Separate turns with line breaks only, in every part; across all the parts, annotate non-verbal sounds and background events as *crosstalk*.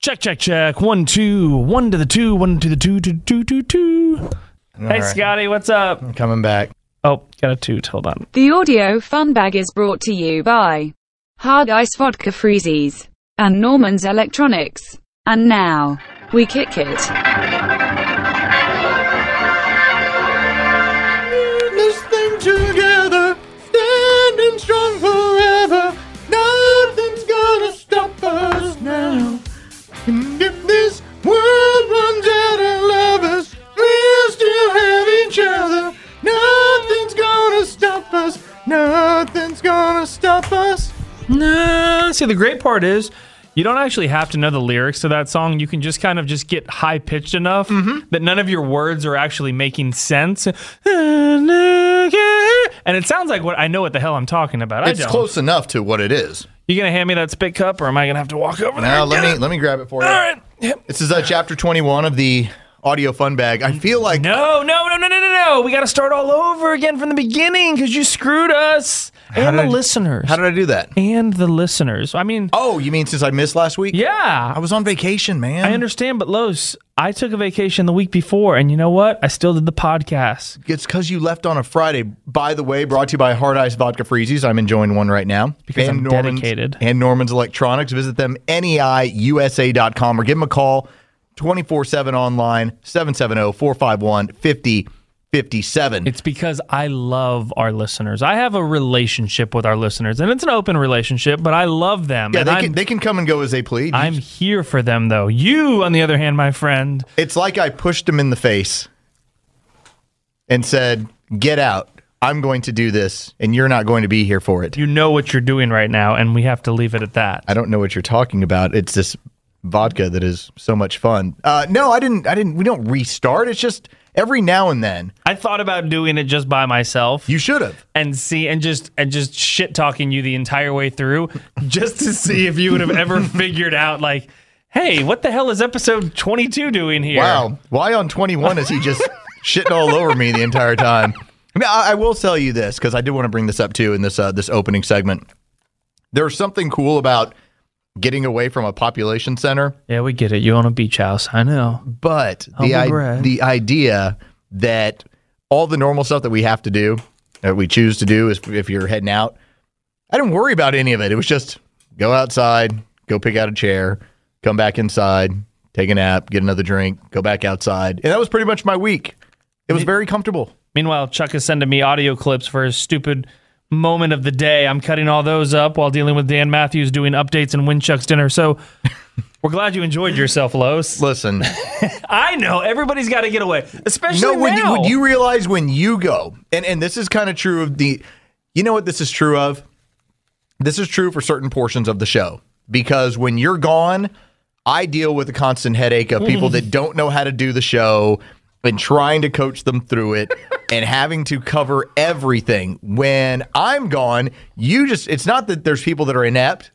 Check, check, check. One, two, one to the two, one to the two, two, two, two, two. Hey,
All right,
Scotty, what's up?
I'm coming back.
Oh, got a toot. Hold on.
The audio fun bag is brought to you by Hard Ice Vodka Freezies and Norman's Electronics. And now, we kick it.
This thing together, standing strong forever. Nothing's gonna stop us now. And if this world runs out of lovers, we'll still have each other. Nothing's gonna stop us. Nothing's gonna stop us.
Nah, see, the great part is you don't actually have to know the lyrics to that song. You can just kind of just get high pitched enough
Mm-hmm.
that none of your words are actually making sense. And it sounds like what I know what the hell I'm talking about. I
It's
don't.
close enough to what it is.
You gonna hand me that spit cup, or am I gonna have to walk over there?
Now
and
let
get
me
it?
let me grab it for you.
All right. Yep.
This is uh, chapter 21 of the audio fun bag. I feel like
No, no, no, no, no, no, no. We got to start all over again from the beginning because you screwed us and the
did I-
listeners
how did I do that?
and the listeners. I mean,
Oh, you mean since I missed last week?
yeah,
I was on vacation, man.
I understand, but Los, I took a vacation the week before, and you know what? I still did the podcast.
It's because you left on a Friday. By the way, brought to you by Hard Ice Vodka Freezies. I'm enjoying one right now.
Because I'm
Norman's,
dedicated.
And Norman's Electronics. Visit them, E neiusa.com, or give them a call 24 7 online, oh, 770 451 5057.
It's because I love our listeners. I have a relationship with our listeners, and it's an open relationship, but I love them.
Yeah,
and
they
I'm,
can, they can come and go as they please.
I'm here for them, though. You, on the other hand, my friend,
It's like I pushed him in the face and said, Get out. I'm going to do this, and you're not going to be here for it.
you know what you're doing right now, and we have to leave it at that.
I don't know what you're talking about. It's this vodka that is so much fun. Uh, no, I didn't. I didn't. We don't restart. It's just every now and then.
I thought about doing it just by myself
You should have.
and see and just and just shit talking you the entire way through just to see if you would have
*laughs*
ever figured out like hey what the hell is episode 22 doing here
Wow. Why on 21 is he *laughs* just shitting all over me the entire time? I mean, I, I will tell you this because I did want to bring this up too in this uh, this opening segment. There's something cool about getting away from a population center,
yeah we get it you own a beach house i know
but the
Humble
I-
brag.
the idea that all the normal stuff that we have to do, that we choose to do, is if you're heading out, I didn't worry about any of it. It was just go outside, go pick out a chair, come back inside, take a nap, get another drink, go back outside, and that was pretty much my week. It was very comfortable.
meanwhile chuck is sending me audio clips for his stupid moment of the day i'm cutting all those up while dealing with dan matthews doing updates and winchuck's dinner
*laughs*
so we're glad you enjoyed yourself los
Listen,
i know everybody's got to get away especially
no, when you,
now.
when you realize when you go, and and this is kind of true of the, you know what this is true of. This is true for certain portions of the show because when you're gone, I deal with a constant headache of people that don't know how to do the show and trying to coach them
*laughs*
through it and having to cover everything. When I'm gone, you just it's not that there's people that are inept.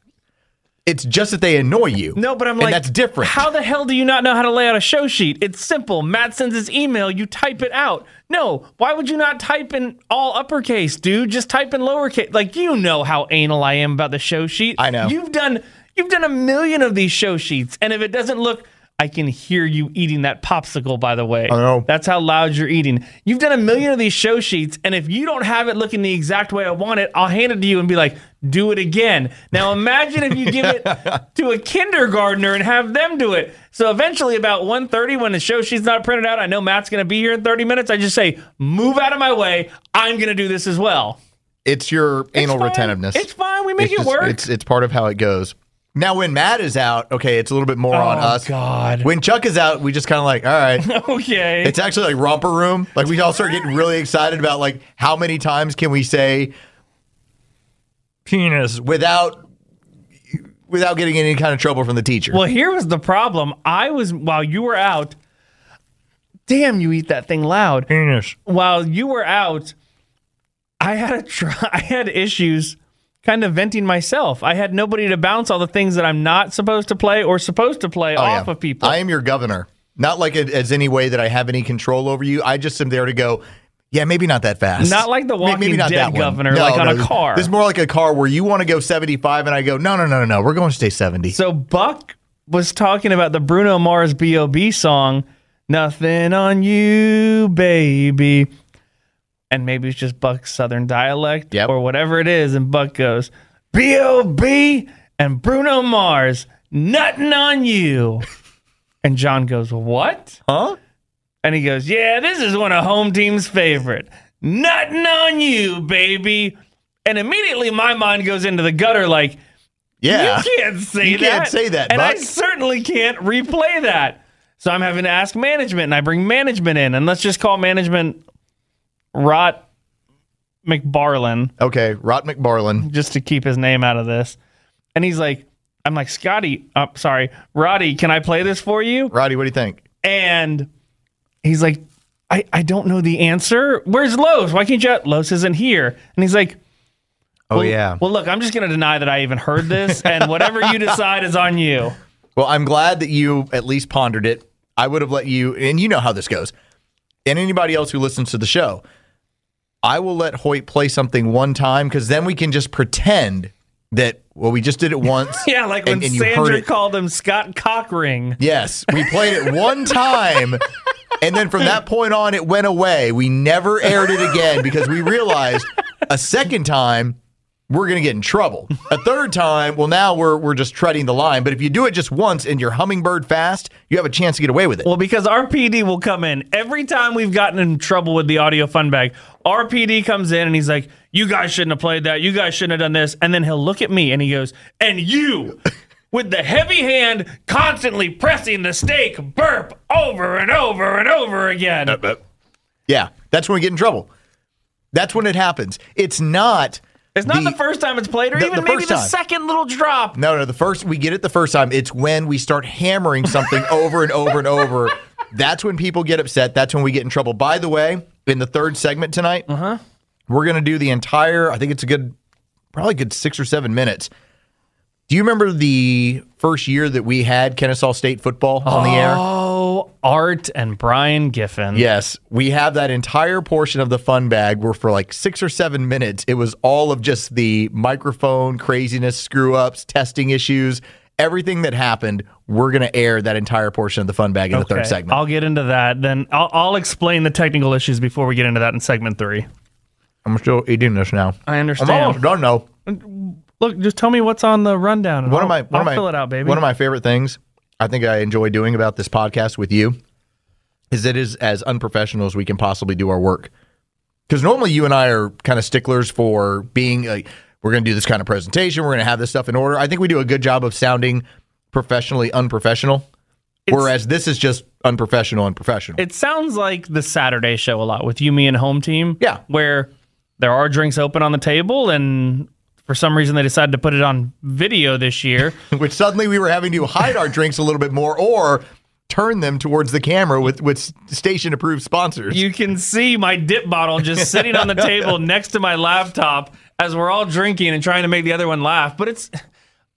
It's just that they annoy you.
No, but I'm
And
like,
that's different.
How the hell do you not know how to lay out a show sheet? It's simple. Matt sends his email, you type it out. No, why would you not type in all uppercase, dude? Just type in lowercase. Like you know how anal I am about the show sheet.
I know.
You've done you've done a million of these show sheets, and if it doesn't look I can hear you eating that popsicle, by the way. I
know.
That's how loud you're eating. You've done a million of these show sheets, and if you don't have it looking the exact way I want it, I'll hand it to you and be like, do it again. Now imagine if you give
*laughs*
it to a kindergartner and have them do it. So eventually about 1.30, when the show sheet's not printed out, I know Matt's gonna be here in 30 minutes. I just say, move out of my way. I'm gonna do this as well.
it's your anal
fine.
retentiveness.
It's fine, we make
It's
it
just-
work.
It's it's part of how it goes. Now when Matt is out, okay, it's a little bit more on
Oh,
us.
God.
When Chuck is out, we just kind of like, all right.
*laughs* okay.
It's actually like romper room. Like we all start getting really excited about like how many times can we say penis without without getting any kind of trouble from the teacher.
Well, here was the problem. I was while you were out. Damn, you eat that thing loud.
Penis.
While you were out, I had a try, *laughs* I had issues kind of venting myself. I had nobody to bounce all the things that I'm not supposed to play or supposed to play
Oh, yeah.
off of people.
I am your governor. Not like it as any way that I have any control over you. I just am there to go. Yeah, maybe not that fast.
Not like the
May-
Walking Dead
one.
governor, like on a car.
This is more like a car where you want to go 75 and I go, no, no, no, no, no. We're going to stay 70.
so Buck was talking about the Bruno Mars B.O.B. song, Nothing on You, Baby. And maybe it's just Buck's Southern dialect
Yep.
or whatever it is. And Buck goes, B.O.B. and Bruno Mars, Nothing on
*laughs*
You. and John goes, What?
Huh?
And he goes, Yeah, this is one of home team's favorite. Nothing on you, baby. And immediately my mind goes into the gutter like,
Yeah.
you can't say
You
that.
can't say that,
And I
Buck.
certainly can't replay that. So I'm having to ask management, and I bring management in, and let's just call management Rot McBarlin
Okay, Rod McBarlin.
just to keep his name out of this. And he's like, I'm like, Scotty, uh, sorry, Roddy, can I play this for you?
Roddy, what do you think?
And he's like, I, I don't know the answer. Where's Los? Why can't you? Los isn't here. And he's like,
Oh
well, Well, look, I'm just going to deny that I even heard this, and whatever
*laughs*
you decide is on you.
Well, I'm glad that you at least pondered it. I would have let you, and you know how this goes. And anybody else who listens to the show, I will let Hoyt play something one time because then we can just pretend that well, we just did it once.
*laughs* Yeah, like when
and- and you heard
Sandra
it.
called him Scott Cockring.
Yes, we played it one time. And then from that point on, it went away. We never aired it again because we realized a second time we're going to get in trouble. A third time, well, now we're, we're just treading the line. But if you do it just once and you're hummingbird fast, you have a chance to get away with it.
Well, because RPD will come in every time we've gotten in trouble with the audio fun bag. RPD comes in and he's like, "You guys shouldn't have played that. You guys shouldn't have done this." And then he'll look at me and he goes, "And you." With the heavy hand constantly pressing the steak burp over and over and over again.
Uh, Yeah, that's when we get in trouble. That's when it happens. It's not.
It's not the, first time it's played, or
the-
even
the
maybe
first
the
time.
second little drop.
No, no. The first we get it the first time. It's when we start hammering something over and over and over. That's when people get upset. That's when we get in trouble. By the way, in the third segment tonight, uh-huh. we're gonna do the entire. I think it's a good, probably a good six or seven minutes. Do you remember the first year that we had Kennesaw State football on the air?
Oh, Art and Brian Giffen.
Yes, we have that entire portion of the fun bag where for like six or seven minutes, it was all of just the microphone craziness, screw ups, testing issues, everything that happened. We're going to air that entire portion of the fun bag in the third
Okay,
segment.
I'll get into that. Then I'll, I'll explain the technical issues before we get into that in segment three.
I'm still eating this now.
I
I'm
understand.
almost done though.
Look, just tell me what's on the rundown. And
One
I'll,
of my one
I'll
of my
fill it out, baby.
One of my favorite things I think I enjoy doing about this podcast with you is it is as unprofessional as we can possibly do our work. Because normally you and I are kind of sticklers for being like we're going to do this kind of presentation, we're going to have this stuff in order. I think we do a good job of sounding professionally unprofessional. whereas this is just unprofessional and professional.
it sounds like the Saturday show a lot with you, me, and home team.
Yeah.
where there are drinks open on the table, and for some reason they decided to put it on video this year.
which suddenly we were having to hide our drinks a little bit more or turn them towards the camera with with station approved sponsors.
you can see my dip bottle
*laughs*
just sitting on the table next to my laptop as we're all drinking and trying to make the other one laugh. But it's,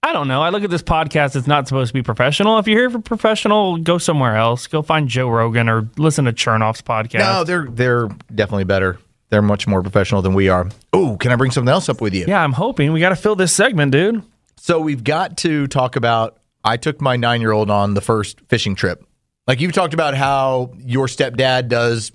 I don't know. I look at this podcast, it's not supposed to be professional. If you're here for professional, go somewhere else. Go find Joe Rogan or listen to Chernoff's podcast.
No, they're they're definitely better. They're much more professional than we are. Oh, can I bring something else up with you?
Yeah, I'm hoping we got to fill this segment, dude.
So we've got to talk about. I took my nine year old on the first fishing trip. Like you've talked about how your stepdad does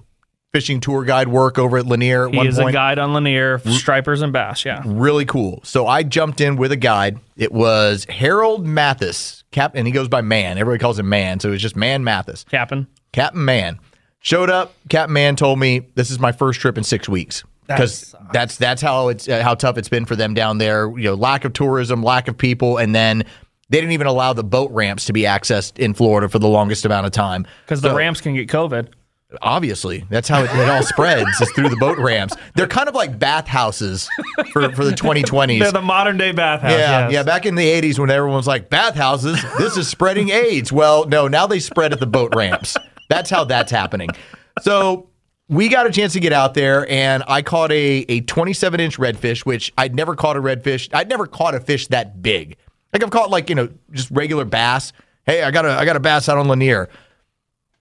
fishing tour guide work over at Lanier at
He
one
is a
point.
guide on Lanier, stripers and bass. Yeah.
Really cool. So I jumped in with a guide. It was Harold Mathis, Cap, and he goes by Man. Everybody calls him Man, so it was just Man Mathis.
Captain.
Captain Man showed up. Captain Man told me this is my first trip in six weeks because that's that's how it's uh, how tough it's been for them down there. You know, lack of tourism, lack of people, and then they didn't even allow the boat ramps to be accessed in Florida for the longest amount of time.
Because the
So-
ramps can get COVID.
obviously that's how it, it all spreads is through the boat ramps. They're kind of like bathhouses for
*laughs*
for the 2020s.
They're the modern day bathhouse.
Yeah,
yes.
yeah. Back in the '80s, when everyone was like bathhouses, this is spreading *laughs* AIDS. Well, no, now they spread at the boat ramps. That's how that's happening. So we got a chance to get out there, and I caught a a 27 inch redfish, which I'd never caught a redfish. I'd never caught a fish that big. Like I've caught like you know just regular bass. Hey, I got a I got a bass out on Lanier.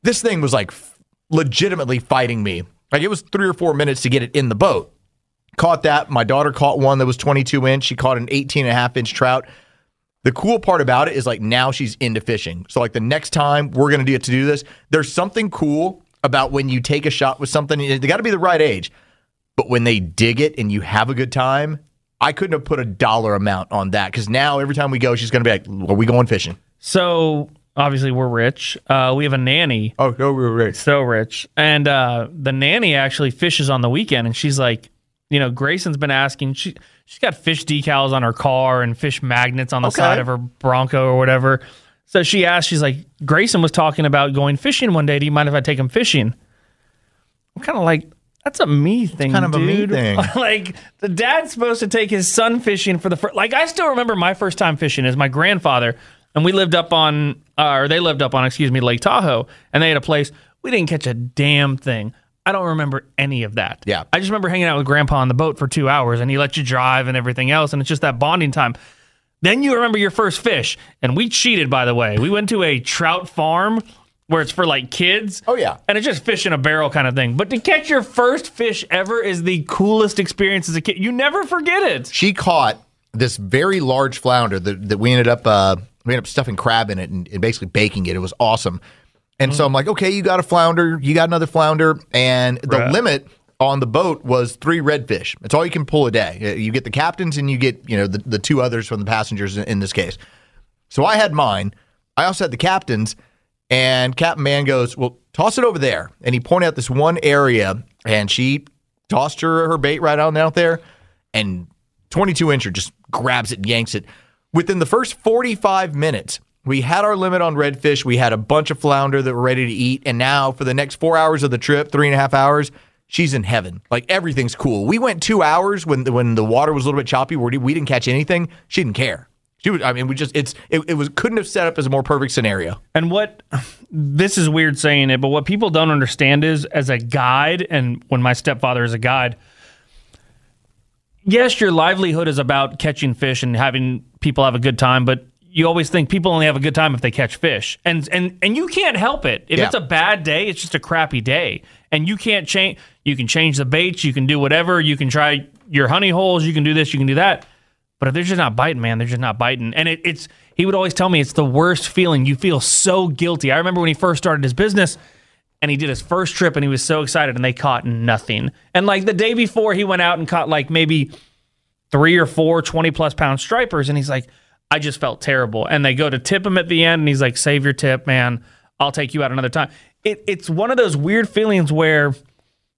This thing was like f- legitimately fighting me. Like it was three or four minutes to get it in the boat caught that. My daughter caught one that was 22 inch. She caught an 18 and a half inch trout. The cool part about it is like now she's into fishing. So like the next time we're gonna do it to do this, there's something cool about when you take a shot with something. They got to be the right age, but when they dig it and you have a good time, I couldn't have put a dollar amount on that because now every time we go, she's gonna be like, "Are we going fishing?"
So obviously we're rich. Uh, we have a nanny,
Oh no, we're rich.
so rich, and uh, the nanny actually fishes on the weekend, and she's like, you know, Grayson's been asking. She she's got fish decals on her car and fish magnets on the
Okay.
side of her Bronco or whatever. So she asked, she's like, Grayson was talking about going fishing one day. Do you mind if I take him fishing? I'm kind of like. That's a me thing,
kind of a me
dude. *laughs*
thing.
like the dad's supposed to take his son fishing for the first. Like I still remember my first time fishing is my grandfather, and we lived up on, uh, or they lived up on, excuse me, Lake Tahoe, and they had a place. We didn't catch a damn thing. I don't remember any of that.
Yeah.
I just remember hanging out with Grandpa on the boat for two hours, and he let you drive and everything else, and it's just that bonding time. Then you remember your first fish, and we cheated, by the way. We went to a trout farm where it's for like kids.
Oh, yeah.
and it's just fish in a barrel kind of thing. But to catch your first fish ever is the coolest experience as a kid. You never forget it.
She caught this very large flounder that, that we ended up uh, we ended up stuffing crab in it and, and basically baking it. It was awesome. And so I'm like, okay, you got a flounder, you got another flounder, and the limit on the boat was three redfish. That's all you can pull a day. You get the captains and you get you know the, the two others from the passengers in, in this case. So I had mine. I also had the captain's. And Captain Man goes, Well, toss it over there. And he pointed out this one area, and she tossed her, her bait right on out there. And 22 incher just grabs it, yanks it. Within the first 45 minutes, we had our limit on redfish. We had a bunch of flounder that were ready to eat. And now, for the next four hours of the trip, three and a half hours, she's in heaven. Like everything's cool. We went two hours when the, when the water was a little bit choppy where we didn't catch anything. She didn't care. She was, I mean, we just, it's, it, it was, couldn't have set up as a more perfect scenario.
And what this is weird saying it, but what people don't understand is as a guide, and when my stepfather is a guide, yes, your livelihood is about catching fish and having people have a good time, but you always think people only have a good time if they catch fish. And and and you can't help it. If
Yeah.
it's a bad day, it's just a crappy day. And you can't change you can change the baits, you can do whatever, you can try your honey holes, you can do this, you can do that. But if they're just not biting, man, they're just not biting. And it, it's he would always tell me it's the worst feeling. You feel so guilty. I remember when he first started his business, and he did his first trip and he was so excited and they caught nothing. And like the day before he went out and caught like maybe three or four 20 plus pound stripers and he's like, I just felt terrible. And they go to tip him at the end and he's like, save your tip, man. I'll take you out another time. It, it's one of those weird feelings where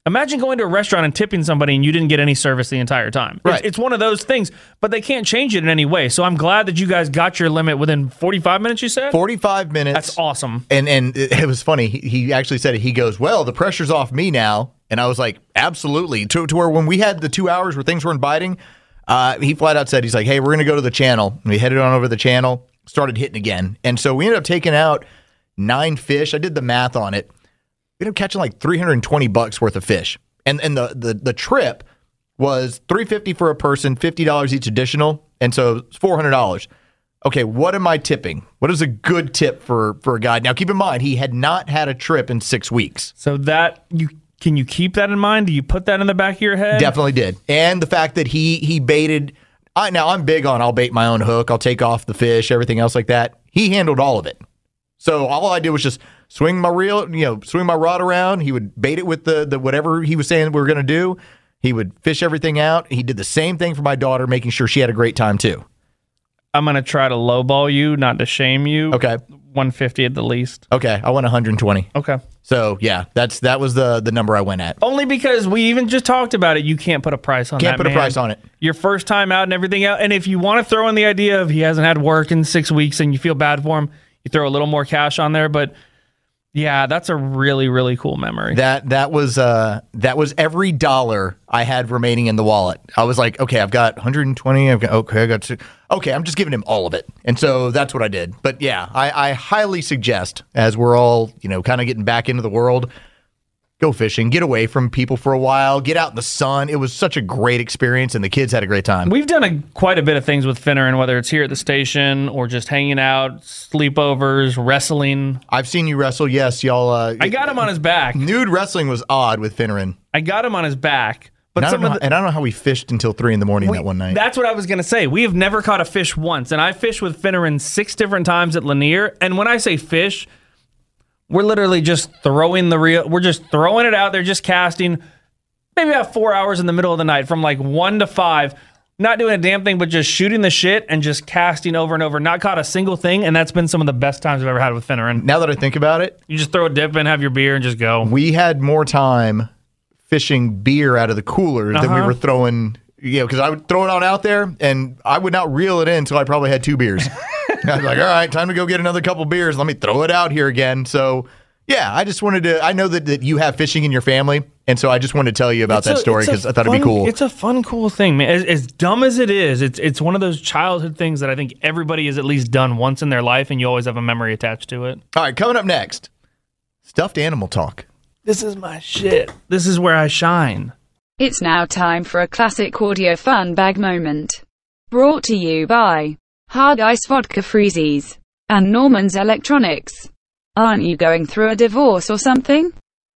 imagine going to a restaurant and tipping somebody and you didn't get any service the entire time. It's-
Right.
It's, one of those things, but they can't change it in any way. So I'm glad that you guys got your limit within 45 minutes, you said?
45 minutes.
That's awesome.
And, and *laughs* it, it was funny. He, he actually said it. He goes, Well, the pressure's off me now. And I was like, Absolutely. To, to where when we had the two hours where things weren't biting, uh, he flat out said, He's like, Hey, we're going to go to the channel. And we headed on over to the channel, started hitting again. And so we ended up taking out nine fish. I did the math on it. We ended up catching like 320 bucks worth of fish. And and the the, the trip was 350 for a person, $50 each additional, and so it's $400. Okay, what am I tipping? What is a good tip for for a guy? Now keep in mind he had not had a trip in 6 weeks.
So that you can you keep that in mind? Do you put that in the back of your head?
*laughs* Definitely did. And the fact that he he baited I now I'm big on I'll bait my own hook, I'll take off the fish, everything else like that. He handled all of it. So all I did was just swing my reel, you know, swing my rod around. He would bait it with the the whatever he was saying we were gonna do. He would fish everything out. He did the same thing for my daughter, making sure she had a great time too.
I'm gonna try to lowball you, not to shame you.
Okay.
150 at the least.
Okay, I went 120.
Okay.
So yeah, that's that was the the number I went at.
Only because we even just talked about it, you can't put a price on
Can't
that.
put a
man.
price on it.
Your first time out and everything else. And if you want to throw in the idea of he hasn't had work in six weeks and you feel bad for him, you throw a little more cash on there. But yeah, that's a really, really cool memory.
That that was uh that was every dollar I had remaining in the wallet. I was like, okay, I've got 120. I've got okay, I got two. okay. I'm just giving him all of it, and so that's what I did. But yeah, I, I highly suggest as we're all you know kind of getting back into the world, go fishing, get away from people for a while, get out in the sun. It was such a great experience, and the kids had a great time.
We've done a, quite a bit of things with Finner, and whether it's here at the station or just hanging out, sleepovers, wrestling.
I've seen you wrestle. Yes, y'all. Uh,
I got him on his back.
nude wrestling was odd with Finneran.
I got him on his back, But
and, I don't
some
know,
of
how-
the,
and I don't know how we fished until three in the morning that one night.
That's what I was gonna say. We have never caught a fish once, and I fished with Finneran six different times at Lanier. And when I say fish, we're literally just throwing the reel. We're just throwing it out there, just casting. Maybe about four hours in the middle of the night, from like one to five, not doing a damn thing, but just shooting the shit and just casting over and over. Not caught a single thing, and that's been some of the best times I've ever had with Finneran.
now that I think about it,
You just throw a dip in, have your beer, and just go.
we had more time fishing beer out of the cooler than we
Uh-huh.
were throwing. You know, because I would throw it on out there, and I would not reel it in until I probably had
*laughs*
two beers. I was like, all right, time to go get another couple beers. Let me throw it out here again. So, yeah, I just wanted to. I know that, that you have fishing in your family, and so I just wanted to tell you about that
It's a-
story
it's a
because I thought it'd be
fun-
cool.
It's a fun, cool thing, man. As, as dumb as it is, it's it's one of those childhood things that I think everybody has at least done once in their life, and you always have a memory attached to it.
All right, coming up next, stuffed animal talk.
This is my shit. This is where I shine.
It's now time for a classic audio fun bag moment. Brought to you by Hard Ice Vodka Freezies and Norman's Electronics. Aren't you going through a divorce or something?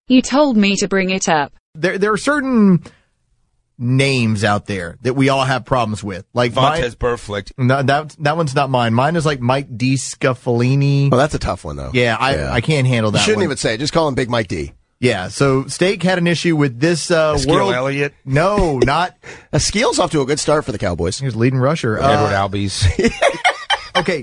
You told me to bring it up.
There, there are certain names out there that we all have problems with, like mine-
Vontez Burflicht.
No, that that one's not mine. Mine is like Mike D. Scuffalini.
Well, that's a tough one though.
yeah, I, I can't handle that.
You shouldn't
one.
even say it. Just call him Big Mike D.
Yeah, so Steak had an issue with this uh,
Ezekiel
world.
Elliott.
No, not *laughs*
A skill's off to a good start for the Cowboys.
he was leading rusher.
Edward
Uh,
Albies.
okay,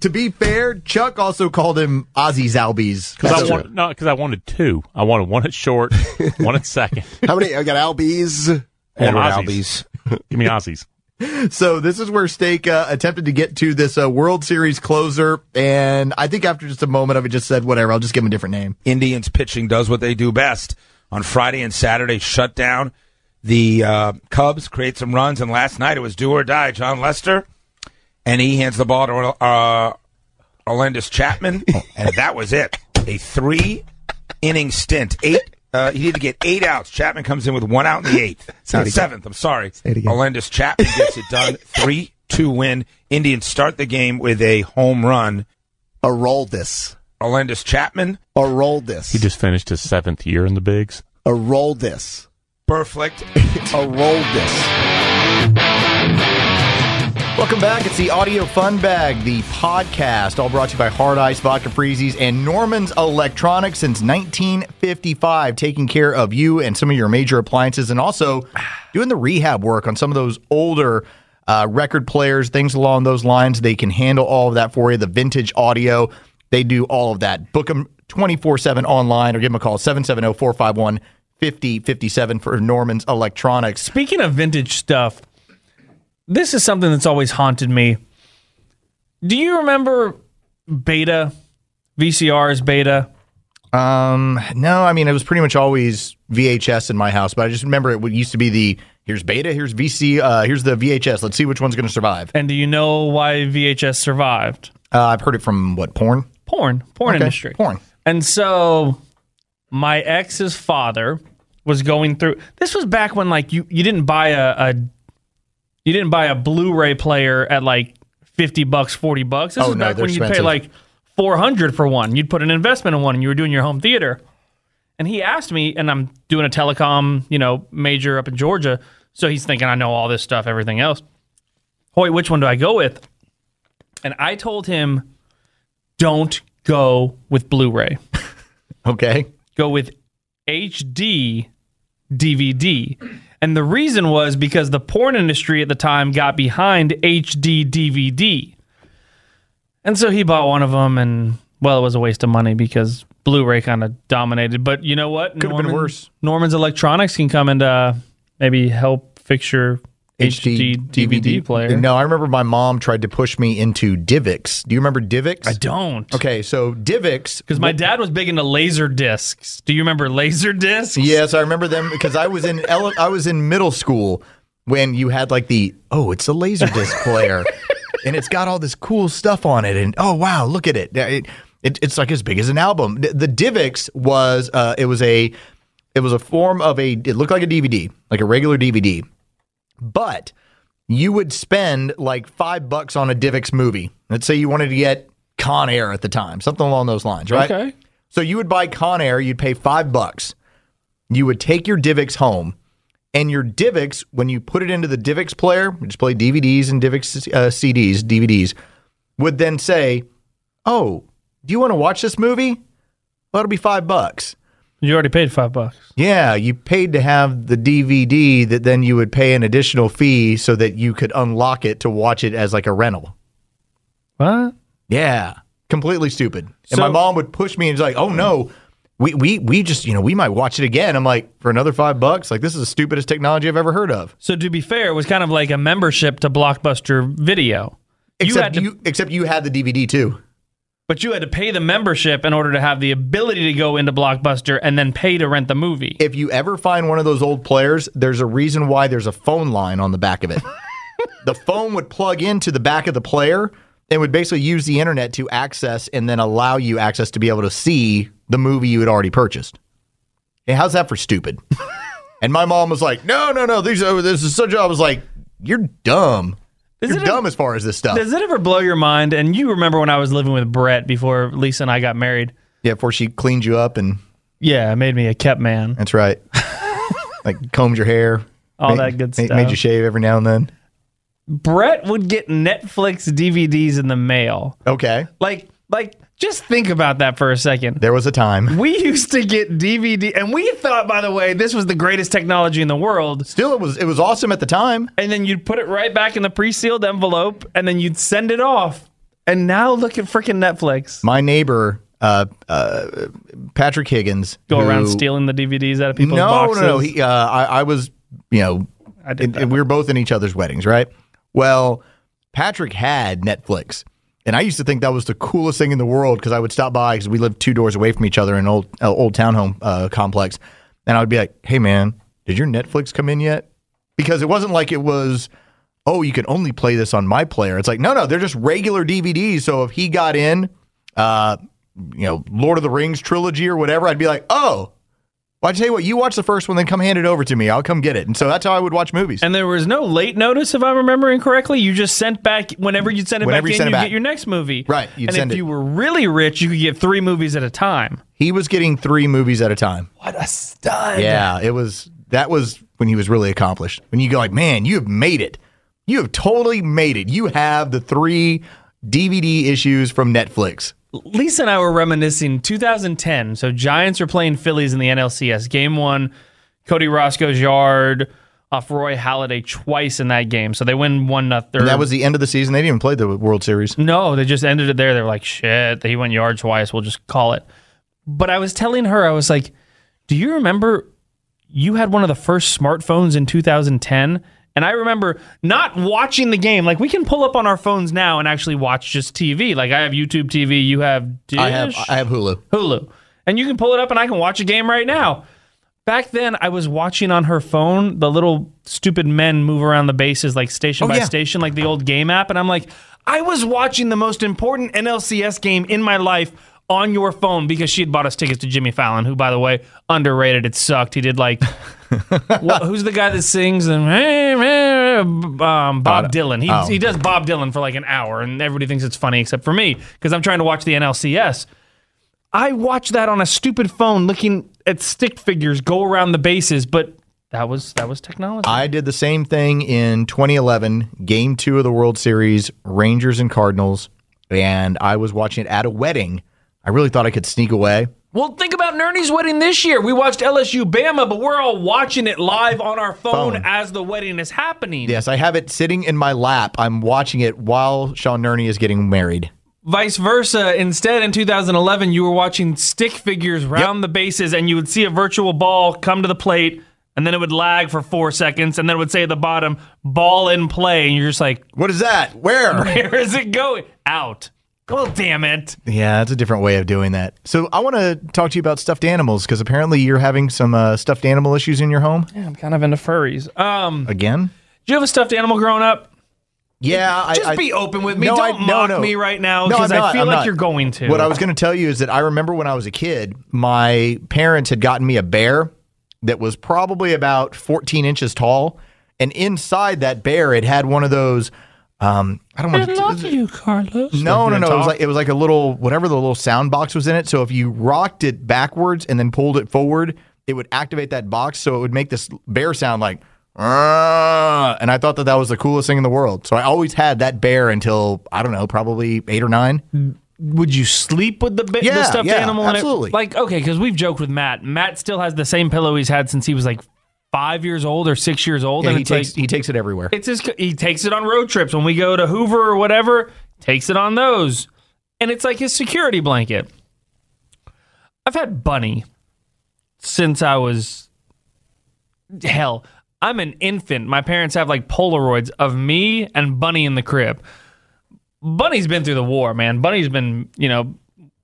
to be fair, Chuck also called him Ozzy Zalbies.
Because
That's
I want, no, because I wanted two. I wanted one at *laughs* short, one at second.
How many? I got Albies.
Or
*laughs* Edward
Aussies.
Albies.
Give me Aussies.
So this is where Steak uh, attempted to get to this uh, World Series closer, and I think after just a moment of it, just said whatever. I'll just give him a different name.
Indians pitching does what they do best on Friday and Saturday. Shut down the uh, Cubs, create some runs, and last night it was do or die. John Lester, and he hands the ball to uh, Orlandis Chapman, and that was it. A three inning stint. Eight. Uh, he needed to get eight outs. Chapman comes in with one out in the eighth, Uh, seventh. I'm sorry. Orlandis Chapman gets it done. Three two win. Indians start the game with a home run.
Aroldis.
Orlandis Chapman
Aroldis.
He just finished his seventh year in the bigs.
Aroldis.
Burflicht.
Aroldis.
Welcome back. It's the Audio Fun Bag, the podcast, all brought to you by Hard Ice Vodka Freezies and Norman's Electronics since 1955, taking care of you and some of your major appliances, and also doing the rehab work on some of those older uh, record players, things along those lines. They can handle all of that for you. The vintage audio, they do all of that. Book them 24 7 online or give them a call oh, 770 451 5057 for Norman's Electronics.
Speaking of vintage stuff, this is something that's always haunted me. Do you remember Beta, VCRs, Beta?
Um, no, I mean it was pretty much always VHS in my house, but I just remember it used to be the here's beta, here's VC, uh, here's the VHS. Let's see which one's going to survive.
And do you know why VHS survived?
Uh, I've heard it from what porn,
Porn, porn
Okay,
industry.
porn.
And so my ex's father was going through this was back when like you, you didn't buy a, a you didn't buy a Blu-ray player at like 50 bucks, 40 bucks. This
Oh,
was
no,
back
they're
when you'd pay
expensive.
like 400 for one. You'd put an investment in one and you were doing your home theater. And he asked me and I'm doing a telecom, you know, major up in Georgia, so he's thinking I know all this stuff, everything else. Hoy, which one do I go with? And I told him don't go with Blu-ray
Okay,
go with HD DVD. And the reason was because the porn industry at the time got behind HD DVD. And so he bought one of them, and well, it was a waste of money because Blu ray kind of dominated. But you know what?
Could've been
Norman-
worse.
Norman's Electronics can come and uh, maybe help fix your HD, DVD, player.
No, I remember my mom tried to push me into Divx. Do you remember Divx?
I don't.
Okay, so Divx
Because my dad was big into laser discs. Do you remember laser discs?
Yes, I remember them because I was in ele- I was in middle school when you had like the oh, it's a laser disc player, and it's got all this cool stuff on it, and oh wow, look at it. Yeah, it, it it's like as big as an album. The, the Divx was uh, it was a it was a form of a it looked like a DVD, like a regular DVD, but you would spend like five bucks on a Divx movie. Let's say you wanted to get Con Air at the time, something along those lines, right?
Okay.
So you would buy Con Air, you'd pay five bucks. You would take your DivX home And your DivX, when you put it into the DivX player, which is play DVDs and DivX uh, CDs, DVDs, would then say, "Oh, do you want to watch this movie? Well, it'll be five bucks."
You already paid five bucks.
Yeah, you paid to have the DVD that then you would pay an additional fee so that you could unlock it to watch it as like a rental.
What?
Yeah. Completely stupid. and my
So-
mom would push me and she's like, oh no, we, we, we just, you know, we might watch it again. I'm like, for another five bucks? Like, this is the stupidest technology I've ever heard of.
So to be fair, it was kind of like a membership to Blockbuster Video. you had
Except
to,
you, except you had the DVD too.
but you had to pay the membership in order to have the ability to go into Blockbuster and then pay to rent the movie.
If you ever find one of those old players, there's a reason why there's a phone line on the
*laughs*
back of it. the phone would plug into the back of the player and would basically use the internet to access and then allow you access to be able to see the movie you had already purchased. And how's that
*laughs*
for stupid? and my mom was like, "No, no, no, these are, this is such." A, I was like, "You're dumb. You're
it a-
dumb as far as this stuff."
Does it ever blow your mind? And you remember when I was living with Brett before Lisa and I got married?
yeah, before she cleaned you up and
Yeah, it made me a kept man. *laughs*
that's right. like combed your hair,
All
made-
that good
made-
stuff.
Made you shave every now and then.
Brett would get Netflix DVDs in the mail.
Okay,
Like, like, just think about that for a second.
there was a time.
We used to get DVD, and we thought, by the way, this was the greatest technology in the world.
Still, it was it was awesome at the time.
And then you'd put it right back in the pre-sealed envelope, and then you'd send it off. And now look at freaking Netflix.
My neighbor, uh, uh, Patrick Higgins,
Go around
who-
stealing the DVDs out of
No,
people's
no,
boxes.
no. He, uh, I, I was, you know,
I did
and-
that.
and we were both in each other's weddings, right? Well, Patrick had Netflix, and I used to think that was the coolest thing in the world because I would stop by because we lived two doors away from each other in an old uh, old townhome uh, complex, and I would be like, "Hey, man, did your Netflix come in yet?" Because it wasn't like it was. Oh, you can only play this on my player. It's like, no, no, they're just regular DVDs. So if he got in, uh, you know, Lord of the Rings trilogy or whatever, I'd be like, oh, well, I tell you what, you watch the first one, then come hand it over to me. I'll come get it. And so that's how I would watch movies.
And there was no late notice, if I'm remembering correctly. You just sent back whenever you'd send it
Whenever you
back in,
sent it
you
back.
get your next movie.
Right, you'd
And
send
if
it.
you were really rich, you could get three movies at a time.
he was getting three movies at a time. What a stud. Yeah, it was that was when he was really accomplished. When you go like, man, you have made it. You have totally made it. You have the three DVD issues from Netflix.
Lisa and I were reminiscing 2010. So Giants are playing Phillies in the NLCS. Game one, Cody Roscoe's yard off Roy Halladay twice in that game. So they win one nothing.
And that was the end of the season. They didn't even play the World Series.
No, they just ended it there. They were like, shit, he went yards twice. We'll just call it. But I was telling her, I was like, do you remember you had one of the first smartphones in 2010? And I remember not watching the game. Like, we can pull up on our phones now and actually watch just TV. Like, I have YouTube TV, you have Dish,
I have I have Hulu.
Hulu. And you can pull it up and I can watch a game right now. Back then, I was watching on her phone the little stupid men move around the bases, like station by
yeah.
station, like the old game app. And I'm like, I was watching the most important NLCS game in my life on your phone because she had bought us tickets to Jimmy Fallon, who, by the way, underrated. It sucked. He did like, what, who's the guy that sings and um, Bob Dylan? He, he does Bob Dylan for like an hour, and everybody thinks it's funny except for me because I'm trying to watch the NLCS. I watched that on a stupid phone looking at stick figures go around the bases, but that was that was technology.
I did the same thing in 2011, game two of the World Series, Rangers and Cardinals, and I was watching it at a wedding. I really thought I could sneak away.
well, think about Nerney's wedding this year. We watched LSU Bama, but we're all watching it live on our phone,
Phone.
as the wedding is happening.
Yes, I have it sitting in my lap. I'm watching it while Sean Nerney is getting married.
Vice versa, instead in 2011 you were watching stick figures round the bases and you would see a virtual ball come to the plate and then it would lag for 4 seconds and then it would say at the bottom ball in play and you're just like *laughs*
What is that? Where?
where is it going? Out. Well, damn it.
yeah, that's a different way of doing that. So I want to talk to you about stuffed animals because apparently you're having some uh, stuffed animal issues in your home
I'm kind of into furries. Um
again.
Do you have a stuffed animal growing up?
Yeah,
Just
I, I,
be open with me.
No, I-
Don't
no,
mock
no.
me right now
No,
because
I'm
I
not,
feel
I'm
like
not.
you're going to.
What I was going to tell you is that I remember when I was a kid, my parents had gotten me a bear that was probably about 14 inches tall, and inside that bear, it had one of those. Um, I don't want to.
you, Carlos.
No, no,
Like,
no. It was
talk.
like it was like a little whatever the little sound box was in it. So if you rocked it backwards and then pulled it forward, it would activate that box, so it would make this bear sound like. "Arrgh," And I thought that that was the coolest thing in the world. So I always had that bear until I don't know, probably eight or nine.
Would you sleep with the, ba-
Yeah,
the stuffed
yeah,
animal? in it?
absolutely.
Like, okay, because we've joked with Matt. Matt still has the same pillow he's had since he was like five years old or six years old,
Yeah,
and
he
it's
takes
like
he takes it everywhere.
it's his. He takes it on road trips when we go to Hoover or whatever. Takes it on those, and it's like his security blanket. I've had bunny since I was hell. I'm an infant. My parents have like Polaroids of me and Bunny in the crib. Bunny's been through the war, man. Bunny's been, you know,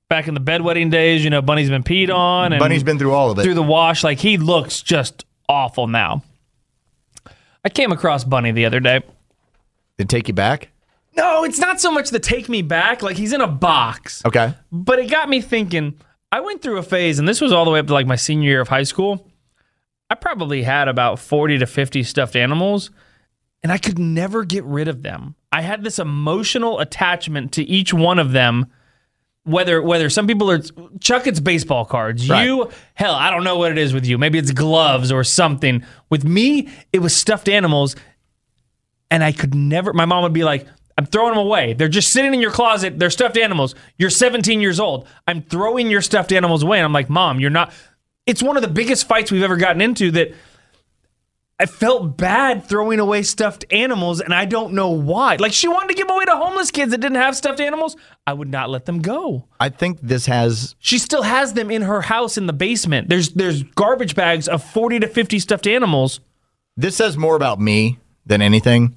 back in the bedwetting days. You know, Bunny's been peed on. And
Bunny's been through all of it.
through the wash. Like he looks just awful now. I came across Bunny the other day.
Did it take you back?
No, it's not so much the take me back. Like he's in a box.
Okay.
But it got me thinking. I went through a phase, and this was all the way up to like my senior year of high school. I probably had about 40 to 50 stuffed animals, and I could never get rid of them. I had this emotional attachment to each one of them. Whether whether some people are Chuck, it's baseball cards.
Right.
You hell, I don't know what it is with you. Maybe it's gloves or something. With me, it was stuffed animals, and I could never. My mom would be like, "I'm throwing them away. They're just sitting in your closet. They're stuffed animals. You're 17 years old. I'm throwing your stuffed animals away." And I'm like, "Mom, you're not." It's one of the biggest fights we've ever gotten into. That I felt bad throwing away stuffed animals, and I don't know why. Like she wanted to give away to homeless kids that didn't have stuffed animals. I would not let them go.
I think this has
She still has them in her house in the basement. There's there's garbage bags of 40 to 50 stuffed animals.
this says more about me than anything.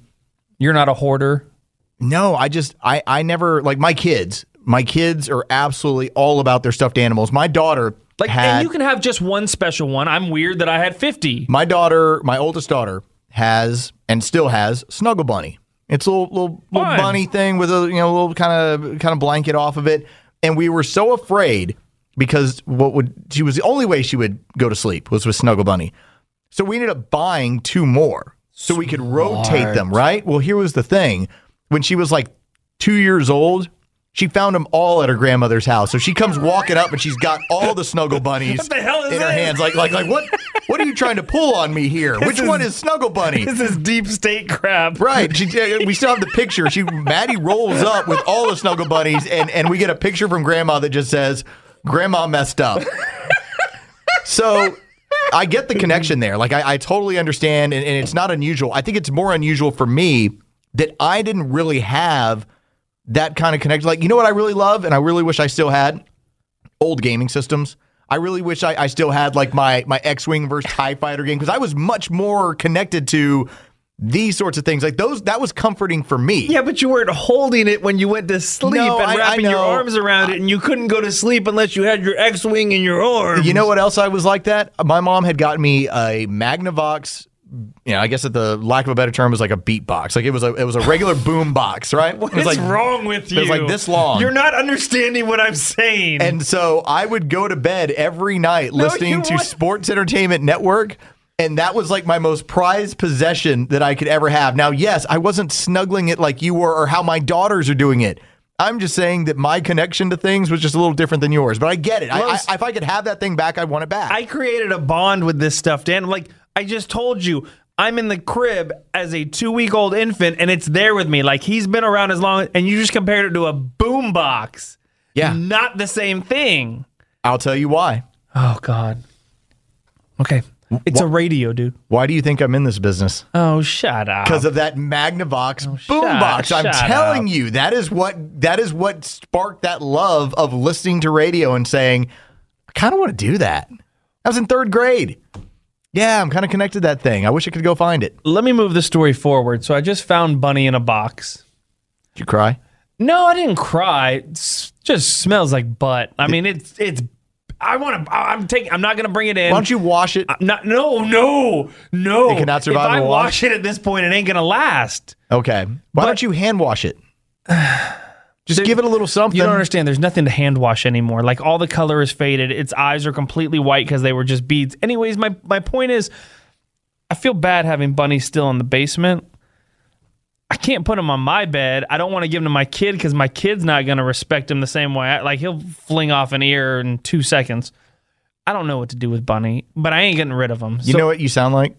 You're not a hoarder.
No, I just I I never like my kids. My kids are absolutely all about their stuffed animals. My daughter
Like,
had
and you can have just one special one. I'm weird that I had 50.
my daughter, my oldest daughter has and still has Snuggle Bunny. It's a little little, little
Fun.
bunny thing with a you know little kind of kind of blanket off of it, and we were so afraid because what would she was the only way she would go to sleep was with Snuggle Bunny. So we ended up buying two more so we could rotate them, right? Well, here was the thing. When she was like two years old, she found them all at her grandmother's house. So she comes walking up and she's got all the snuggle bunnies
the hell is
in her
this?
hands. Like, like, like, what what are you trying to pull on me here? Which one is Snuggle Bunny?
is deep state crap.
Right. She, we still have the picture. She Maddie rolls up with all the snuggle bunnies, and and we get a picture from Grandma that just says, "Grandma messed up." So. I get the connection there. Like, I, I totally understand, and, and it's not unusual. I think it's more unusual for me that I didn't really have that kind of connection. Like, you know what I really love, and I really wish I still had? old gaming systems. I really wish I, I still had like my my X Wing versus Tie Fighter game because I was much more connected to these sorts of things. Like those, that was comforting for me.
Yeah, but you weren't holding it when you went to sleep
No, I- I
and wrapping your
know.
arms around it, and you couldn't go to sleep unless you had your X Wing in your arms. *laughs*
You know what else I was like that? Uh, My mom had gotten me a Magnavox. You know, I guess that the lack of a better term was like a beatbox. Like it was a it was a regular *laughs* boom box, right? What
What's wrong with you?
It was like this long.
You're not understanding what I'm saying.
And so I would go to bed every night
you
listening to
would-
Sports Entertainment Network. And that was like my most prized possession that I could ever have. Now, yes, I wasn't snuggling it like you were or how my daughters are doing it. I'm just saying that my connection to things was just a little different than yours, but I get it. I, I,
Rose-
if I could have that thing back, I want it back.
I created a bond with this stuff, Dan. Like I just told you, I'm in the crib as a two week old infant, and it's there with me. Like he's been around as long, and you just compared it to a boombox.
Yeah.
not the same thing.
I'll tell you why.
Oh God. Okay, it's a radio, dude.
Why do you think I'm in this business?
Oh, shut up.
because of that Magnavox boombox.
Oh, shut
I'm
up.
telling you, that is what that is what sparked that love of listening to radio and saying, I kind of want to do that. I was in third grade. Yeah, I'm kind of connected to that thing. I wish I could go find it. Did
Let me move the story forward. So I just found Bunny in a box.
you cry?
No, I didn't cry. It's just smells like butt. I mean, it's it's. I want to. I'm taking. I'm not gonna bring it in.
Why don't you wash it?
Not, no, no, no.
It cannot survive
If I
in a wash?
wash it at this point, it ain't gonna last.
Okay. Why don't you hand
*sighs*
wash it? Just give it a little something.
You don't understand. There's nothing to hand wash anymore. Like all the color is faded. Its eyes are completely white because they were just beads. Anyways, my my point is, I feel bad having Bunny still in the basement. I can't put him on my bed. I don't want to give him to my kid because my kid's not gonna respect him the same way. I, like he'll fling off an ear in two seconds. I don't know what to do with Bunny, but I ain't getting rid of him.
You know what you sound like?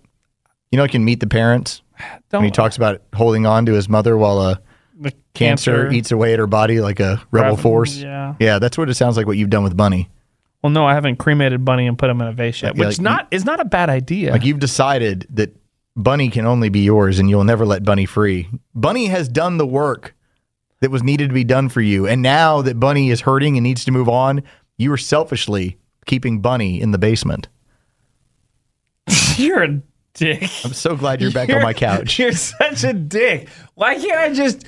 You know, you can meet
*sighs*
the parents
don't,
when he talks about holding on to his mother while a
the
cancer, eats away at her body like a rebel
Rev-
force.
yeah.
yeah, that's what it sounds like. What you've done with Bunny,
Well, no, I haven't cremated Bunny and put him in a vase yet,
Yeah,
which
like-
not is not a bad idea.
like you've decided that Bunny can only be yours, and you'll never let Bunny free. Bunny has done the work that was needed to be done for you, and now that Bunny is hurting and needs to move on, you are selfishly keeping Bunny in the basement.
*laughs* You're a dick.
I'm so glad you're
*laughs*
back on
You're-
my couch.
You're such a dick. Why can't I just?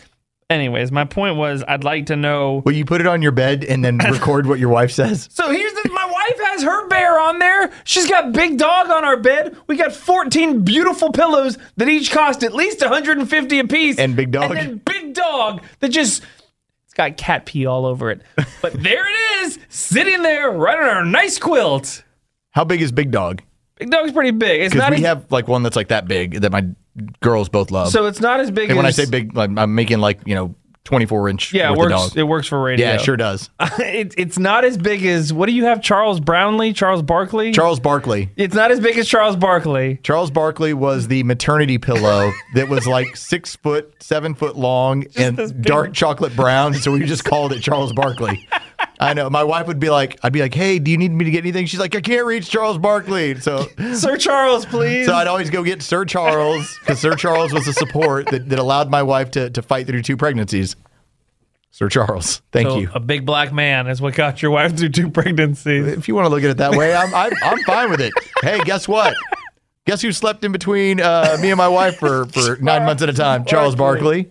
Anyways, my point was I'd like to know.
Will you put it on your bed
*laughs*
and then record what your wife says?
So here's the, my wife has her bear on there. She's got big dog on our bed. We got 14 beautiful pillows that each cost at least 150 apiece.
And big dog.
And then big dog that just it's got cat pee all over it. But
*laughs*
there it is, sitting there right on our nice quilt.
How big is Big Dog?
Big dog's pretty big. It's
Because
not as,
we have like one that's like that big that my girls both love.
so it's not as big
and
as
when I say big, like, I'm making like you know 24 inch.
Yeah, it
worth of
works.
dog.
It works for radio.
yeah, it sure does.
it, it's not as big as what do you have? Charles Brownlee, Charles Barkley.
Charles Barkley.
it's not as big as Charles Barkley.
Charles Barkley was the maternity pillow that was like six foot, seven foot long,
this
and
big-
dark chocolate brown. So we just called it Charles Barkley. I know. My wife would be like, I'd be like, "Hey, do you need me to get anything?" She's like, "I can't reach Charles Barkley." So,
Sir Charles, please.
so I'd always go get Sir Charles because Sir Charles was the support that, that allowed my wife to to fight through two pregnancies. Sir Charles, thank
So
you.
A big black man is what got your wife through two pregnancies.
if you want to look at it that way, I'm I'm, I'm fine with it. Hey, guess what? Guess who slept in between uh, me and my wife for, for nine months at a time? Charles Barkley.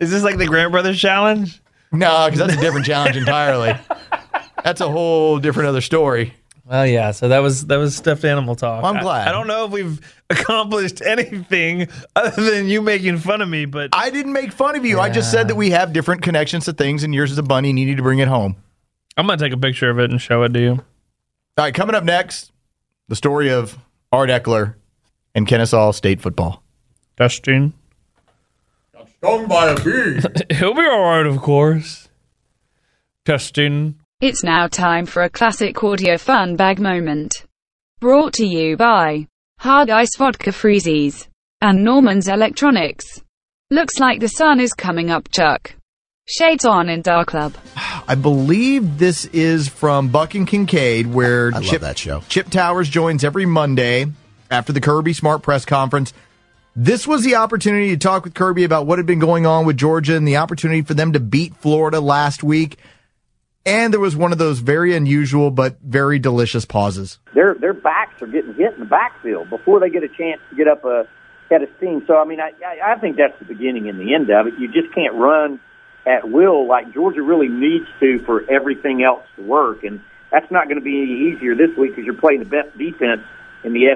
Is this like the Grand Brothers challenge?
No, because that's a different challenge entirely. That's a whole different other story.
Well, yeah. So that was that was stuffed animal talk.
I'm
I-
glad.
I, don't know if we've *laughs* accomplished anything other than you making fun of me, but
I didn't make fun of you. I just said that we have different connections to things, and yours is a bunny, and you need to bring it home.
I'm gonna take a picture of it and show it to you.
All right, coming up next, the story of Art Eckler and Kennesaw State football.
Dustin. *laughs* He'll be all right, of course. Testing.
It's now time for a classic audio fun bag moment. Brought to you by Hard Ice Vodka Freezies and Norman's Electronics. Looks like the sun is coming up, Chuck. Shades on in Dark Club.
I believe this is from Buck and Kincaid, where
I love
Chip,
that show.
Chip Towers joins every Monday after the Kirby Smart Press Conference. This was the opportunity to talk with Kirby about what had been going on with Georgia and the opportunity for them to beat Florida last week. And there was one of those very unusual but very delicious pauses.
their their backs are getting hit in the backfield before they get a chance to get up uh, a head of steam. So I mean, I I I think that's the beginning and the end of it. You just can't run at will like Georgia really needs to for everything else to work, and that's not going to be any easier this week because you're playing the best defense in the E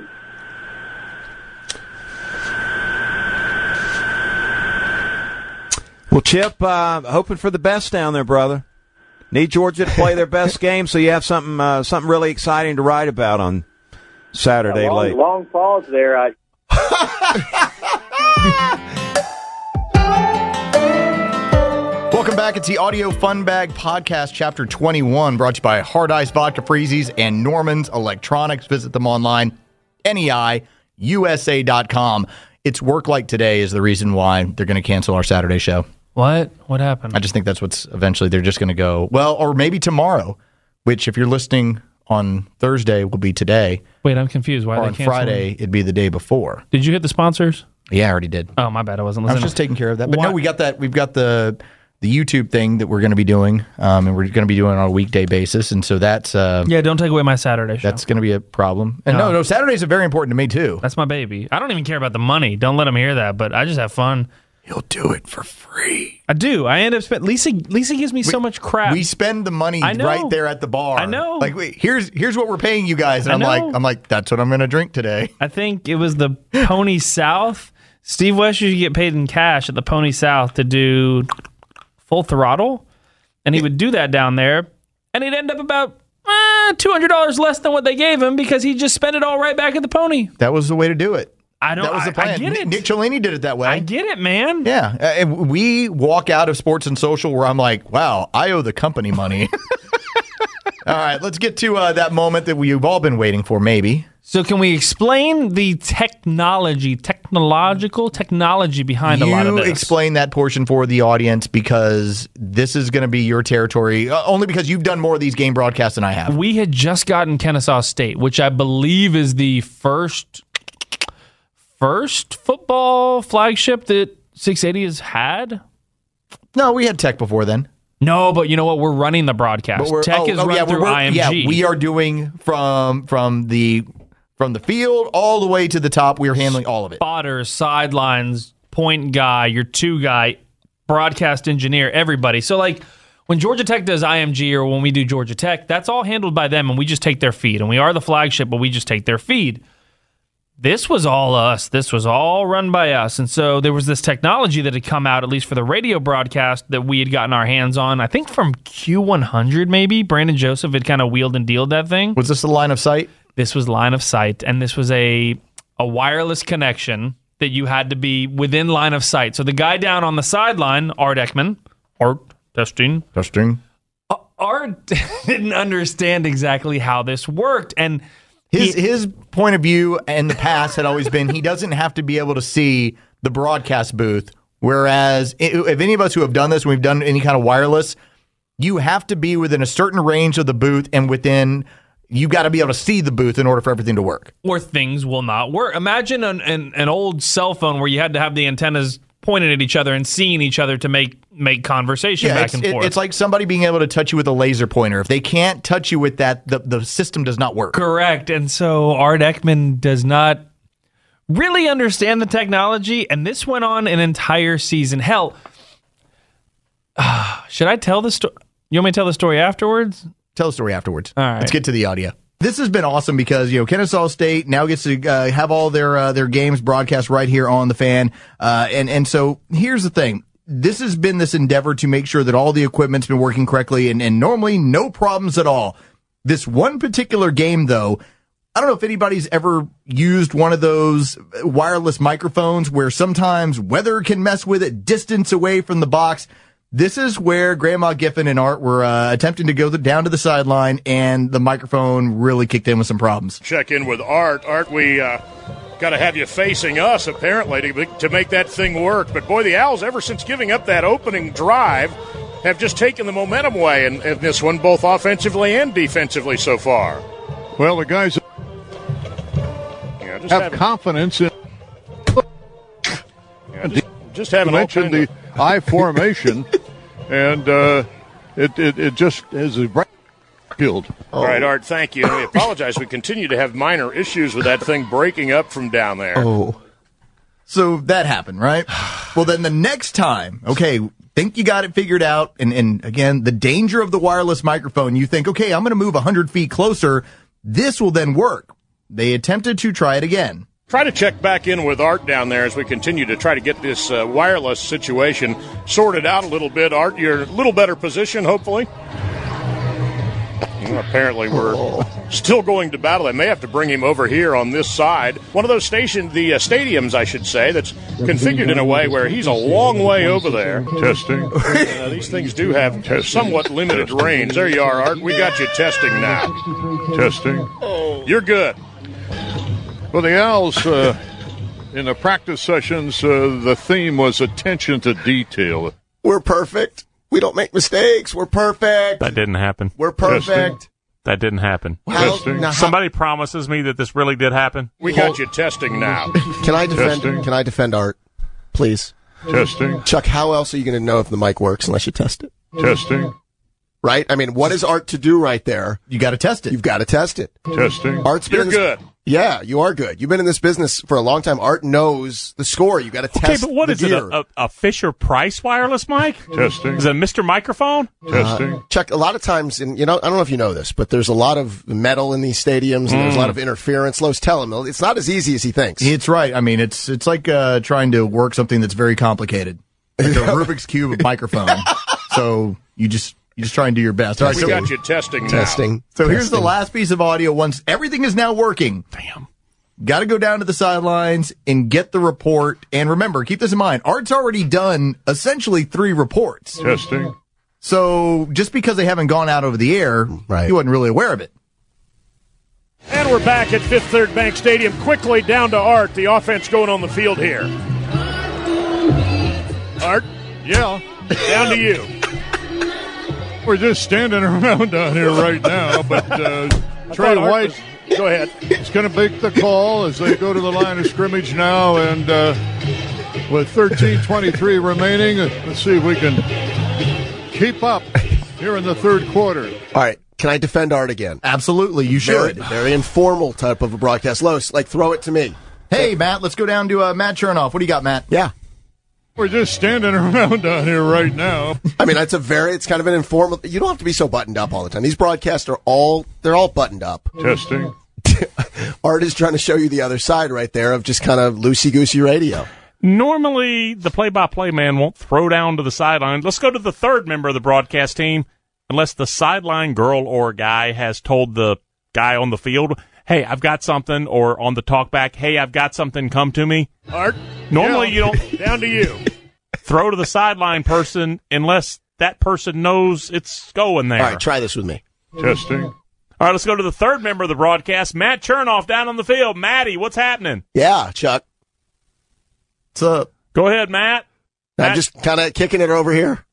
SEC.
Well, Chip, uh, hoping for the best down there, brother. Need Georgia to play their
*laughs*
best game, so you have something uh, something really exciting to write about on Saturday
long,
late.
long pause there. I,
Welcome back. It's the Audio Fun Bag Podcast, Chapter 21, brought to you by Hard Ice Vodka Freezies and Norman's Electronics. Visit them online, E neiusa.com. It's work like today is the reason why they're going to cancel our Saturday show.
What? What happened?
I just think that's what's eventually they're just going to go, well, or maybe tomorrow, which if you're listening on Thursday will be today,
Wait, I'm confused. Why
or
they
on
canceled?
Friday it'd be the day before.
Did you hit the sponsors?
Yeah, I already did.
Oh, my bad. I wasn't
I
listening.
was just taking care of that. But
Why-
no, we got that. We've got the the YouTube thing that we're going to be doing, um, and we're going to be doing it on a weekday basis, and so that's uh,
yeah, don't take away my Saturday show.
that's going to be a problem. And no, no, Saturdays are very important to me too.
That's my baby. I don't even care about the money. Don't let them hear that. But I just have fun.
You'll do it for free.
I do. I end up spending. Lisa. Lisa gives me so much crap.
We spend the money
I know.
right there at the bar.
I know.
Like, wait, here's here's what we're paying you guys, and
I
I'm like,
know.
I'm like, that's what I'm going to drink today.
I think it was the Pony South. Steve West used to get paid in cash at the Pony South to do full throttle, and he would do that down there, and he'd end up about eh, two hundred dollars less than what they gave him because he just spent it all right back at the Pony.
That was the way to do it.
I don't.
That was
I-
the plan.
I, get it.
Nick Cellini did it that way.
I get it, man.
yeah, Uh, and
*laughs*
we walk out of sports and social where I'm like, wow, I owe the company money. *laughs* All right, let's get to uh, that moment that we've all been waiting for, maybe.
So can we explain the technology, technological technology behind a lot of
You
this?
explain that portion for the audience because this is going to be your territory, uh, only because you've done more of these game broadcasts than I have.
we had just gotten Kennesaw State, which I believe is the first first football flagship that 680 has had.
No, we had tech before then.
No, but you know what? We're running the broadcast. Tech is run through
we're-
IMG.
oh, yeah, we are doing from from the from the field all the way to the top. We are handling all of it.
spotter, sidelines, point guy, your two guy, broadcast engineer, everybody. So like when Georgia Tech does IMG or when we do Georgia Tech, that's all handled by them and we just take their feed. And we are the flagship, but we just take their feed. This was all us. This was all run by us. And so there was this technology that had come out, at least for the radio broadcast, that we had gotten our hands on. I think from Q100, maybe. Brandon Joseph had kind of wheeled and dealed that thing
Was this the line of sight?
this was line of sight and this was a a wireless connection that you had to be within line of sight. So the guy down on the sideline, Art Ekman, Art testing,
Testing.
Art *laughs* didn't understand exactly how this worked and
His his point of view in the past had always been he doesn't have to be able to see the broadcast booth. Whereas, i- if any of us who have done this, we've done any kind of wireless, you have to be within a certain range of the booth and within. You got to be able to see the booth in order for everything to work.
or things will not work. Imagine an, an, an old cell phone where you had to have the antennas pointed at each other and seeing each other to make make conversation back
it's,
and
it-
forth.
it's like somebody being able to touch you with a laser pointer. If they can't touch you with that, the, the system does not work.
Correct. And so Art Ekman does not really understand the technology, and this went on an entire season. Hell, *sighs* should I tell the story? You want me to tell the story afterwards?
Tell the story afterwards.
All right.
Let's get to the audio. This has been awesome because you know Kennesaw State now gets to uh, have all their uh, their games broadcast right here on the fan, uh, and and so here's the thing. This has been this endeavor to make sure that all the equipment's been working correctly, and, and normally no problems at all. This one particular game, though, I don't know if anybody's ever used one of those wireless microphones where sometimes weather can mess with it, distance away from the box. This is where Grandma Giffen and Art were uh, attempting to go the, down to the sideline, and the microphone really kicked in with some problems.
check in with Art. Art, we uh, got to have you facing us apparently to, to make that thing work. But boy, the Owls, ever since giving up that opening drive, have just taken the momentum away in, in this one, both offensively and defensively so far.
Well, the guys
Yeah, just
have
having,
confidence in
yeah, just, just having all
mentioned
kinds
the
of-
I formation, and uh, it, it it just is a bra- killed.
All right, Art, thank you. And we apologize. We continue to have minor issues with that thing breaking up from down there.
So that happened, right? Well, then the next time, okay, think you got it figured out. And, and again, the danger of the wireless microphone, you think, okay, I'm going to move 100 feet closer. This will then work. They attempted to try it again.
Try to check back in with Art down there as we continue to try to get this uh, wireless situation sorted out a little bit. Art, you're in a little better position, hopefully. Well, apparently, we're still going to battle. They may have to bring him over here on this side. One of those station, the uh, stadiums, I should say, that's configured in a way where he's a long way over there.
Testing.
Uh, these things do have somewhat limited range. There you are, Art. We got you testing now.
Testing.
You're good.
Well, the Owls, uh, in the practice sessions, uh, the theme was attention to detail.
We're perfect. We don't make mistakes. We're perfect.
That didn't happen.
We're perfect.
That didn't happen.
How-
Testing.
now, how-
Somebody promises me that this really did happen.
We got you testing now.
Can I defend?
Testing.
Can I defend Art? Please,
*laughs* Testing.
Chuck. How else are you going to know if the mic works unless you test it?
Testing.
Right? I mean, what is Art to do right there?
You got to test it.
You've got to test it.
Testing.
Art's been
You're
in this-
good.
Yeah, you are good. You've been in this business for a long time. Art knows the score. You got to
Okay,
test.
but what
the
is it?
gear.
A, a, a Fisher Price wireless mic?
Testing.
Is it a Mr. Microphone?
Uh,
Testing.
Chuck, a lot of times, and you know, I don't know if you know this, but there's a lot of metal in these stadiums, and there's a
Mm.
lot of interference. Los, tell him it's not as easy as he thinks.
It's right. I mean, it's it's like uh, trying to work something that's very complicated, like a Rubik's cube of microphone. so you just you just try and do your best. All right,
We
so,
got you testing now.
testing.
so here's the
Testing.
last piece of audio. Once everything is now working,
Damn.
Got to go down to the sidelines and get the report. And remember, keep this in mind. Art's already done essentially three reports.
Testing.
So just because they haven't gone out over the air, right. he wasn't really aware of it.
And we're back at Fifth Third Bank Stadium. Quickly down to Art. The offense going on the field here. Art,
Yeah,
down to you.
we're just standing *laughs* around down here right now,
*laughs*
but uh, Trey
thought Art
White
was- go ahead.
is going to make the call as they go to the line of scrimmage now, and uh, with 13:23 remaining, uh, let's see if we can keep up here in the third quarter.
All right. Can I defend Art again?
Absolutely, you
Very,
should.
very informal type of a broadcast. Los, like throw it to me.
Hey, Matt, let's go down to uh, Matt Chernoff. What do you got, Matt?
Yeah.
We're just standing *laughs* around down here right now.
I mean, that's a very, it's kind of an informal, you don't have to be so buttoned up all the time. These broadcasts are all, they're all buttoned up.
Testing.
Art is trying to show you the other side right there of just kind of loosey goosey radio.
Normally, the play-by-play man won't throw down to the sideline. Let's go to the third member of the broadcast team, unless the sideline girl or guy has told the guy on the field, "Hey, I've got something," or on the talkback, "Hey, I've got something. Come to me."
Art,
Normally, you
*laughs*
don't
down to you.
throw to the sideline person unless that person knows it's going there.
All right, try this with me.
Testing.
All right, let's go to the third member of the broadcast, Matt Chernoff, down on the field. Matty, what's happening?
Yeah, Chuck.
What's up?
Go ahead, Matt.
I'm just kind of kicking it over here.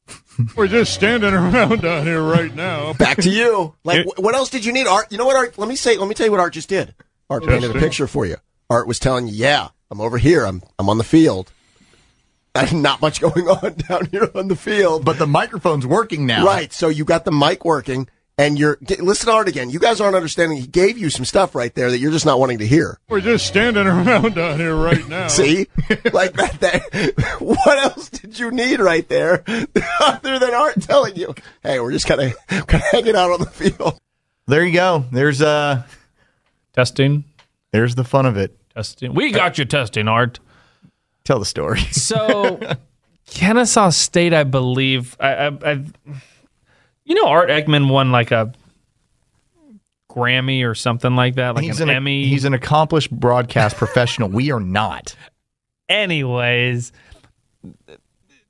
We're just standing *laughs* around down here right now.
Back to you. Like,
It-
wh- what else did you need, Art? You know what, Art? Let me say, let me tell you what Art just did. Art painted a
Testing.
picture for you. Art was telling you, yeah, I'm over here. I'm, I'm on the field. *laughs* Not much going on down here on the field.
But the microphone's working now.
Right. So you got the mic working and you're, d- listen to Art again. You guys aren't understanding. He gave you some stuff right there that you're just not wanting to hear.
We're just standing *laughs* around down here right now.
See? like that, that. *laughs* What else did you need right there *laughs* other than Art telling you, hey, we're just kind of hanging out on the field?
There you go. There's uh
Testing,
there's the fun of it.
testing. We got you testing, Art.
Tell the story.
So, Kennesaw State, I believe. I, I, I, you know, Art Eggman won like a Grammy or something like that, like an, Emmy.
he's an accomplished broadcast professional. We are not.
anyways,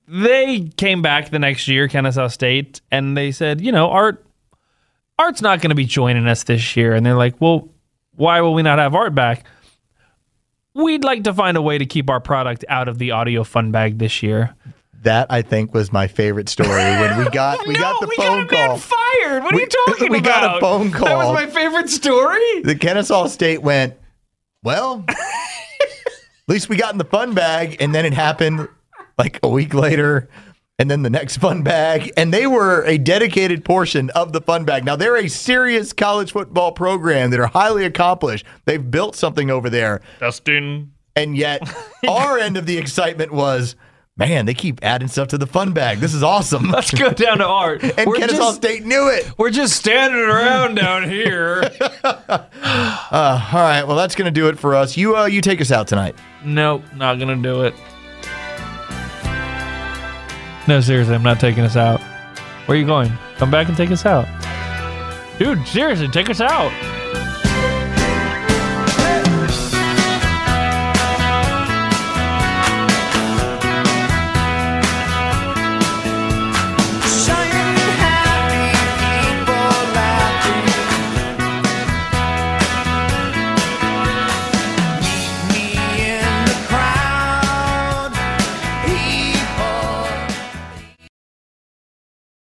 they came back the next year, Kennesaw State, and they said, you know, Art, Art's not going to be joining us this year. And they're like, well, why will we not have Art back? We'd like to find a way to keep our product out of the audio fun bag this year.
That I think was my favorite story when we got we got the phone call.
fired. What
are We- you talking *laughs* we got a about? phone That was call. my
favorite story.
the Kennesaw State went,
*laughs*
well, at least we got in the fun bag. And then it happened like a week later. And then the next fun bag. And they were a dedicated portion of the fun bag. Now, they're a serious college football program that are highly accomplished. They've built something over there.
Testing.
And *laughs* yet, our end of the excitement was, man, they keep adding stuff to the fun bag. This is awesome.
Let's go down to Art.
And
we're,
Kennesaw
just,
State knew it.
we're just standing around down
*laughs*
here.
All right. Well, that's going to do it for us. You, uh, you take us out tonight.
Nope, not gonna do it. No, seriously, I'm not taking us out. Where are you going? Come back and take us out. Dude, seriously, take us out.